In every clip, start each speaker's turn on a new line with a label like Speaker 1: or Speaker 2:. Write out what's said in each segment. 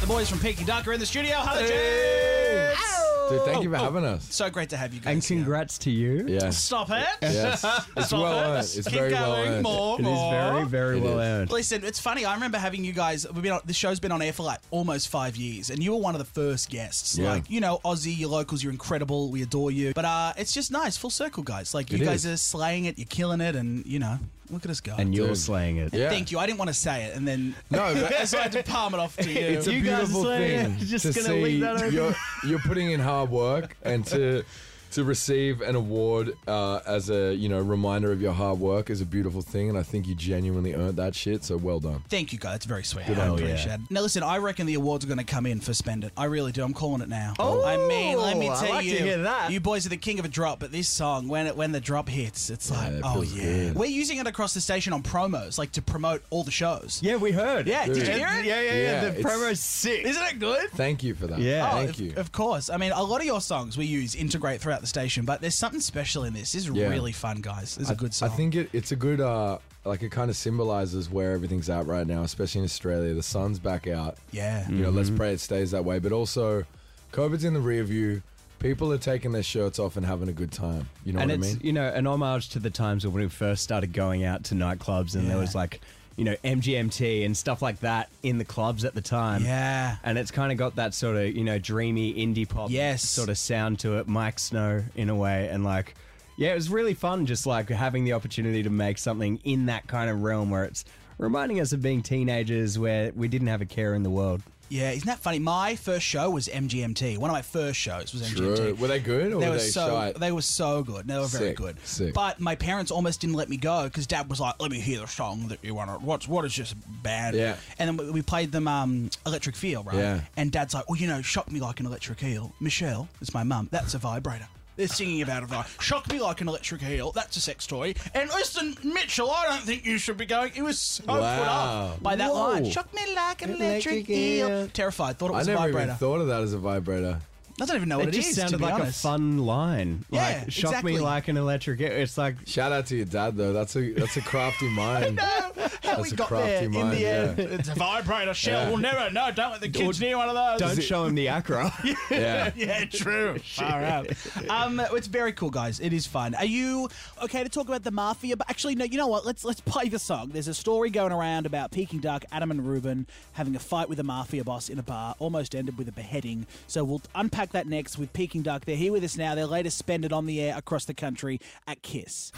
Speaker 1: The boys from Peaky Duck are in the studio. Hello, James.
Speaker 2: Dude, thank you for
Speaker 1: Oh,
Speaker 2: having us.
Speaker 1: So great to have you guys.
Speaker 3: And
Speaker 1: here.
Speaker 3: congrats to you.
Speaker 2: Yeah.
Speaker 1: Stop it.
Speaker 2: Yes. It's
Speaker 1: Stop
Speaker 2: well
Speaker 1: it.
Speaker 2: earned. It's
Speaker 1: Keep
Speaker 2: very well
Speaker 1: going.
Speaker 2: earned.
Speaker 1: More,
Speaker 3: It is
Speaker 1: more.
Speaker 3: very, very
Speaker 2: It
Speaker 3: well
Speaker 2: is.
Speaker 3: earned.
Speaker 1: Listen, it's funny. I remember having you guys. We've been on, the show's been on air for like almost five years, and you were one of the first guests.
Speaker 2: Yeah.
Speaker 1: Like you know, Aussie, your locals, you're incredible. We adore you. But uh, it's just nice, full circle, guys. Like you
Speaker 2: It
Speaker 1: guys
Speaker 2: is.
Speaker 1: are slaying it. You're killing it, and you know, look at us go.
Speaker 3: And you're
Speaker 2: Dude.
Speaker 3: slaying it.
Speaker 2: Yeah.
Speaker 1: Thank you. I didn't want to say it, and then
Speaker 2: No, but
Speaker 1: so I had to palm it off to you.
Speaker 2: it's a
Speaker 3: You guys
Speaker 2: beautiful
Speaker 3: are saying-
Speaker 2: thing.
Speaker 3: just
Speaker 2: to
Speaker 3: gonna
Speaker 2: see
Speaker 3: leave that open.
Speaker 2: You're, you're putting in hard work and to to receive an award uh, as a you know reminder of your hard work is a beautiful thing, and I think you genuinely earned that shit. So well done.
Speaker 1: Thank you, guys. That's very sweet. I appreciate it. Now, listen, I reckon the awards are going to come in for Spend It. I really do. I'm calling it now.
Speaker 3: Oh,
Speaker 1: I mean, let me
Speaker 3: I
Speaker 1: tell
Speaker 3: like to
Speaker 1: you,
Speaker 3: hear that.
Speaker 1: you boys are the king of a drop, but this song, when it when the drop hits, it's like,
Speaker 2: it
Speaker 1: oh,
Speaker 2: feels
Speaker 1: yeah.
Speaker 2: good.
Speaker 1: We're using it across the station on promos, like to promote all the shows.
Speaker 3: Yeah, we heard.
Speaker 1: Yeah, did you
Speaker 2: Dude.
Speaker 1: hear it?
Speaker 3: Yeah, yeah,
Speaker 2: Yeah,
Speaker 3: yeah. The
Speaker 2: it's-
Speaker 3: promo's sick.
Speaker 1: Isn't it good?
Speaker 2: Thank you for that.
Speaker 3: Yeah.
Speaker 1: Oh,
Speaker 2: Thank
Speaker 1: of,
Speaker 2: you.
Speaker 1: of course. I mean, a lot of your songs we use integrate throughout the station, but there's something special in this. This is
Speaker 2: Yeah.
Speaker 1: really fun, guys. This is a good
Speaker 2: I
Speaker 1: song.
Speaker 2: think it, it's a good, uh, like it kind of symbolizes where everything's at right now, especially in Australia. The sun's back out.
Speaker 1: Yeah.
Speaker 2: You know, let's pray it stays that way. But also, COVID's in the rear view. People are taking their shirts off and having a good time. You know
Speaker 3: and
Speaker 2: what I
Speaker 3: it's,
Speaker 2: mean?
Speaker 3: you know, an homage to the times when we first started going out to nightclubs and there was like, you know, MGMT and stuff like that in the clubs at the time.
Speaker 1: Yeah.
Speaker 3: And it's kind of got that sort of, you know, dreamy indie pop
Speaker 1: Yes.
Speaker 3: sort of sound to it, Mike Snow in a way. And like, yeah, it was really fun just like having the opportunity to make something in that kind of realm where it's reminding us of being teenagers where we didn't have a care in the world.
Speaker 1: Yeah, isn't that funny? My first show was MGMT. One of my first shows was MGMT.
Speaker 2: True. Were they good or
Speaker 1: They
Speaker 2: were
Speaker 1: were
Speaker 2: they
Speaker 1: so
Speaker 2: shy?
Speaker 1: they were so good. They were very
Speaker 2: Sick,
Speaker 1: good.
Speaker 2: sick.
Speaker 1: But my parents almost didn't let me go because Dad was like, "Let me hear the song that you want to. What's what is this band?"
Speaker 2: Yeah.
Speaker 1: And then we- we played them um, Electric Feel, right?
Speaker 2: Yeah.
Speaker 1: And Dad's like, "Well, you know, shock me like an electric heel, Michelle. It's my mum. That's a vibrator." They're singing about a vibrator. Shock me like an electric heel. That's a sex toy. And listen, Mitchell, I don't think you should be going. It was so put
Speaker 2: Wow.
Speaker 1: off by that
Speaker 3: Whoa.
Speaker 1: line. Shock me like an electric,
Speaker 3: Electric
Speaker 1: heel.
Speaker 3: eel.
Speaker 1: Terrified. Thought it
Speaker 2: I
Speaker 1: was a
Speaker 2: never
Speaker 1: vibrator.
Speaker 2: even thought of that as a vibrator.
Speaker 1: I don't even know what it
Speaker 3: just
Speaker 1: is, to
Speaker 3: sounded
Speaker 1: be
Speaker 3: like
Speaker 1: honest.
Speaker 3: a fun line.
Speaker 1: Yeah,
Speaker 3: like, shock
Speaker 1: exactly.
Speaker 3: me like an electric. It's like
Speaker 2: Shout out to your dad though. That's a that's a crafty mind.
Speaker 1: How
Speaker 2: That's a crafty mind, yeah.
Speaker 1: It's a vibrator shell.
Speaker 2: Yeah.
Speaker 1: We'll never. No, don't let the kids
Speaker 3: Or
Speaker 1: near one of those.
Speaker 3: don't show him the acro.
Speaker 2: Yeah.
Speaker 1: yeah, true. Far out. Um, it's very cool, guys. It is fun. Are you okay to talk about the mafia? But actually, no. You know what? Let's let's play the song. There's a story going around about Peking Duck, Adam and Ruben having a fight with a mafia boss in a bar, almost ended with a beheading. So we'll unpack that next with Peking Duck. They're here with us now. Their latest spend it on the air across the country at Kiss.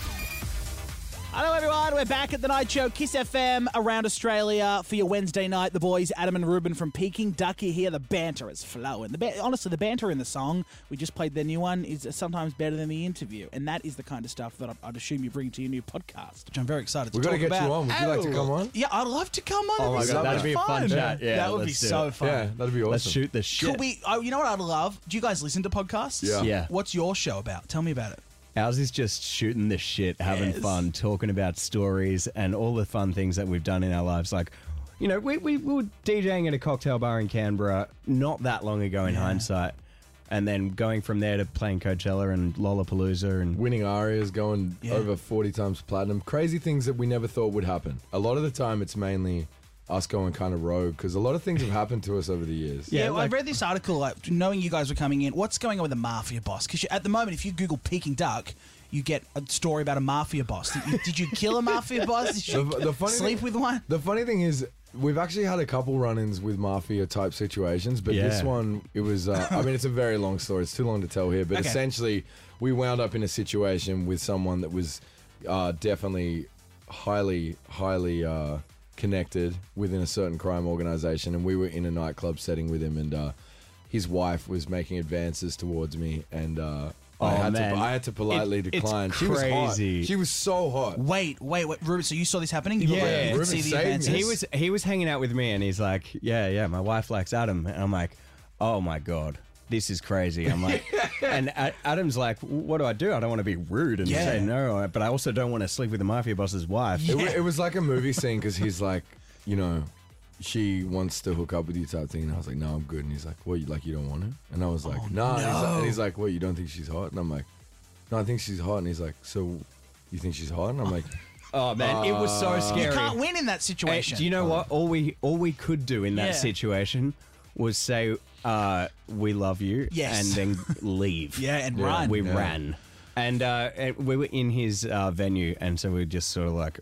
Speaker 1: Hello, everyone. We're back at the night show, Kiss FM, around Australia for your Wednesday night. The boys, Adam and Ruben from Peking Ducky here. The banter is flowing. The ba- honestly, the banter in the song we just played, their new one, is sometimes better than the interview, and that is the kind of stuff that I- I'd assume you bring to your new podcast, which I'm very excited
Speaker 2: We
Speaker 1: to
Speaker 2: gotta
Speaker 1: talk
Speaker 2: get
Speaker 1: about.
Speaker 2: you on. Would you like to come on?
Speaker 1: Yeah, I'd love to come on.
Speaker 3: Oh my
Speaker 2: God,
Speaker 1: that'd
Speaker 2: that'd
Speaker 1: be
Speaker 2: be
Speaker 3: a
Speaker 1: so much
Speaker 3: fun chat. Yeah,
Speaker 1: that would be
Speaker 3: let's do
Speaker 1: so
Speaker 3: it.
Speaker 1: fun.
Speaker 2: Yeah, that'd be awesome.
Speaker 3: Let's shoot this shit.
Speaker 1: Could we? Oh, you know what I'd love? Do you guys listen to podcasts?
Speaker 2: Yeah.
Speaker 3: Yeah.
Speaker 1: What's your show about? Tell me about it.
Speaker 3: Ours is just shooting the shit, having
Speaker 1: Yes.
Speaker 3: fun, talking about stories and all the fun things that we've done in our lives. Like, you know, we, we, we were DJing at a cocktail bar in Canberra not that long ago in hindsight. And then going from there to playing Coachella and Lollapalooza and
Speaker 2: winning arias, going
Speaker 1: Yeah.
Speaker 2: over 40 times platinum. Crazy things that we never thought would happen. A lot of the time, it's mainly us going kind of rogue because a lot of things have happened to us over the years.
Speaker 1: Yeah,
Speaker 3: Yeah,
Speaker 1: well,
Speaker 3: like-
Speaker 1: I read this article like knowing you guys were coming in. What's going on with the mafia boss? Because at the moment, if you Google Peking Duck, you get a story about a mafia boss. Did you, did you kill a mafia boss? Did you
Speaker 2: The- the funny
Speaker 1: sleep
Speaker 2: thing-
Speaker 1: with one?
Speaker 2: The funny thing is, we've actually had a couple run-ins with mafia type situations, but this
Speaker 3: Yeah.
Speaker 2: one, it was. Uh, I mean, it's a very long story. It's too long to tell here, but
Speaker 1: Okay.
Speaker 2: essentially, we wound up in a situation with someone that was uh, definitely highly, highly. Uh, connected within a certain crime organization and we were in a nightclub setting with him and uh his wife was making advances towards me and uh I
Speaker 3: Oh,
Speaker 2: had
Speaker 3: man.
Speaker 2: to I had to politely
Speaker 3: It- it's
Speaker 2: decline. she was hot.
Speaker 3: crazy.
Speaker 2: She was so hot.
Speaker 1: Wait, wait, wait, Ruben. So you saw this happening? You were
Speaker 3: Yeah.
Speaker 1: like, you could
Speaker 2: Ruben
Speaker 1: see the
Speaker 2: saved me.
Speaker 1: advances.
Speaker 3: he was he was hanging out with me and he's like, yeah, yeah, my wife likes Adam, and I'm like, oh my god, this is crazy. I'm like, and A- Adam's like, what do I do? I don't want to be rude and
Speaker 1: Yeah.
Speaker 3: say no, but I also don't want to sleep with the mafia boss's wife.
Speaker 2: It, wa- it was like a movie scene because he's like, you know, she wants to hook up with you type thing, and I was like, no, I'm good. And he's like, what? You, like you don't want her? And I was like, nah. And, he's like, and he's like, what? You don't think she's hot? And I'm like, no, I think she's hot. And he's like, so you think she's hot? And I'm like,
Speaker 3: Oh man, it was so scary.
Speaker 1: Uh, Can't win in that
Speaker 3: Hey,
Speaker 1: situation.
Speaker 3: do you know what? All we all we could do in that
Speaker 1: Yeah.
Speaker 3: situation was say, uh, "We love you,"
Speaker 1: Yes.
Speaker 3: and then leave.
Speaker 1: Yeah, and run.
Speaker 3: We
Speaker 2: Yeah.
Speaker 3: ran, and, uh, and we were in his uh, venue, and so we just sort of like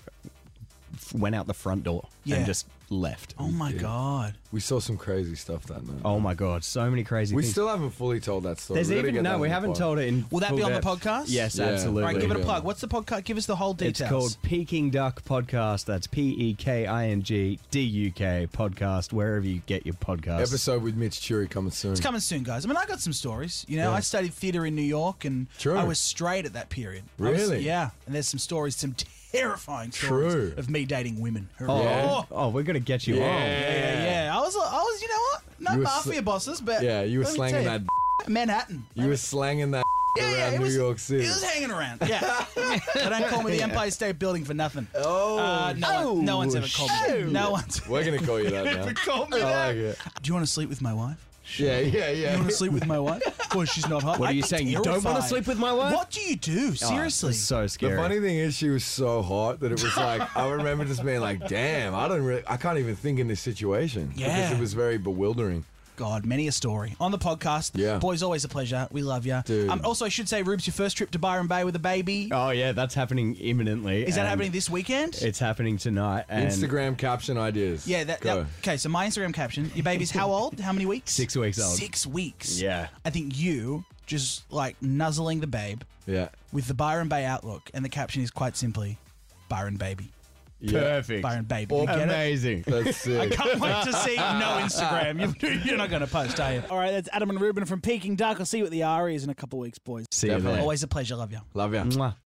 Speaker 3: f- went out the front door
Speaker 1: Yeah.
Speaker 3: and just left.
Speaker 1: oh my god.
Speaker 2: We saw some crazy stuff that night.
Speaker 3: Oh my god, so many crazy
Speaker 2: we
Speaker 3: things.
Speaker 2: still haven't fully told that story.
Speaker 3: There's
Speaker 2: We gotta
Speaker 3: even
Speaker 2: get that
Speaker 3: no,
Speaker 2: on
Speaker 3: we
Speaker 2: the
Speaker 3: haven't
Speaker 2: pod.
Speaker 3: told it in.
Speaker 1: Will that
Speaker 3: full
Speaker 1: be on the
Speaker 3: depth.
Speaker 1: podcast?
Speaker 3: Yes,
Speaker 2: Yeah.
Speaker 3: absolutely.
Speaker 1: All right, give it a
Speaker 2: Yeah.
Speaker 1: plug. What's the podcast? Give us the whole
Speaker 3: It's
Speaker 1: details.
Speaker 3: called Peking Duck Podcast. That's P E K I N G D U K podcast. Wherever you get your podcasts.
Speaker 2: Episode with Mitch Chewy coming soon.
Speaker 1: It's coming soon, guys. I mean, I got some stories. You know,
Speaker 2: Yeah.
Speaker 1: I studied theatre in New York, and
Speaker 2: True.
Speaker 1: I was straight at that period. I was-
Speaker 2: Really?
Speaker 1: yeah. And there's some stories, some terrifying stories
Speaker 2: True.
Speaker 1: of me dating women.
Speaker 3: Oh,
Speaker 2: Yeah.
Speaker 1: Oh,
Speaker 3: oh, we're gonna get you
Speaker 2: Yeah.
Speaker 3: yeah.
Speaker 1: yeah, yeah, yeah. I was, I was, you know what? Not
Speaker 2: You were
Speaker 1: mafia
Speaker 2: sl-
Speaker 1: bosses, but
Speaker 2: Yeah, you were
Speaker 1: let me
Speaker 2: slanging
Speaker 1: tell
Speaker 2: that.
Speaker 1: you, Manhattan.
Speaker 2: You were slanging that
Speaker 1: yeah,
Speaker 2: around
Speaker 1: yeah, it
Speaker 2: New
Speaker 1: was,
Speaker 2: York City.
Speaker 1: It was hanging around. Yeah. they don't call me the Empire State Building for nothing. Oh, uh, no, one, no one's ever called me. that. No one's
Speaker 2: We're gonna call you that now.
Speaker 1: ever called me
Speaker 2: I
Speaker 1: that.
Speaker 2: like it.
Speaker 1: Do you want to sleep with my wife?
Speaker 2: Yeah, yeah, yeah.
Speaker 1: You want to sleep with my wife? Well, she's not hot.
Speaker 3: What are
Speaker 1: I'd
Speaker 3: you
Speaker 1: be
Speaker 3: saying? You don't wanna
Speaker 1: terrified.
Speaker 3: sleep with my wife?
Speaker 1: What do you
Speaker 2: Oh,
Speaker 1: do? Seriously.
Speaker 3: so
Speaker 2: The
Speaker 3: scary.
Speaker 2: funny thing is, she was so hot that it was like I remember just being like, "Damn, I don't really, I can't even think in this situation."
Speaker 1: Yeah.
Speaker 2: because it was very bewildering.
Speaker 1: God, many a story on the podcast.
Speaker 2: Yeah.
Speaker 1: boys, always a pleasure. We love you.
Speaker 2: Dude.
Speaker 1: Um, also, I should say, Rubes, your first trip to Byron Bay with a baby.
Speaker 3: oh yeah, that's happening imminently.
Speaker 1: Is that
Speaker 3: and
Speaker 1: happening this weekend?
Speaker 3: It's happening tonight. And
Speaker 2: Instagram caption ideas.
Speaker 1: yeah. That,
Speaker 2: Go.
Speaker 1: that- okay. So my Instagram caption: Your baby's how old? How many weeks?
Speaker 3: Six weeks old.
Speaker 1: Six weeks.
Speaker 3: Yeah.
Speaker 1: I think you just like nuzzling the babe
Speaker 2: yeah,
Speaker 1: with the Byron Bay outlook, and the caption is quite simply, Byron baby,
Speaker 2: yeah.
Speaker 3: Perfect.
Speaker 1: Byron baby. You
Speaker 2: Or-
Speaker 1: get it?
Speaker 3: Amazing.
Speaker 2: That's it.
Speaker 1: Can't wait to see no Instagram. You- You're not going to post, are you? All right, that's Adam and Ruben from Peking Duck. I'll see you at the RE is in a couple of weeks, boys.
Speaker 3: See you
Speaker 2: Definitely.
Speaker 3: there.
Speaker 1: Always a pleasure. Love you.
Speaker 2: Love ya.
Speaker 3: Mwah.